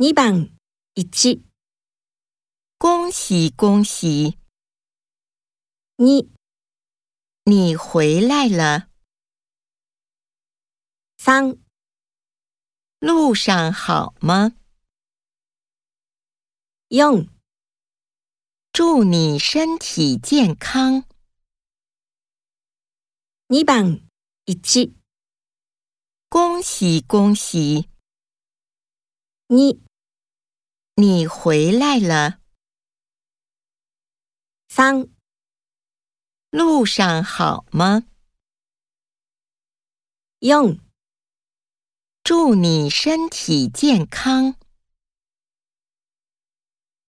2番1、恭喜恭喜， 2、你回来了， 3、路上好吗？ 4、祝你身体健康。 2番1、恭喜恭喜， 2、你回来了， 3、路上好吗？ 4祝你身体健康。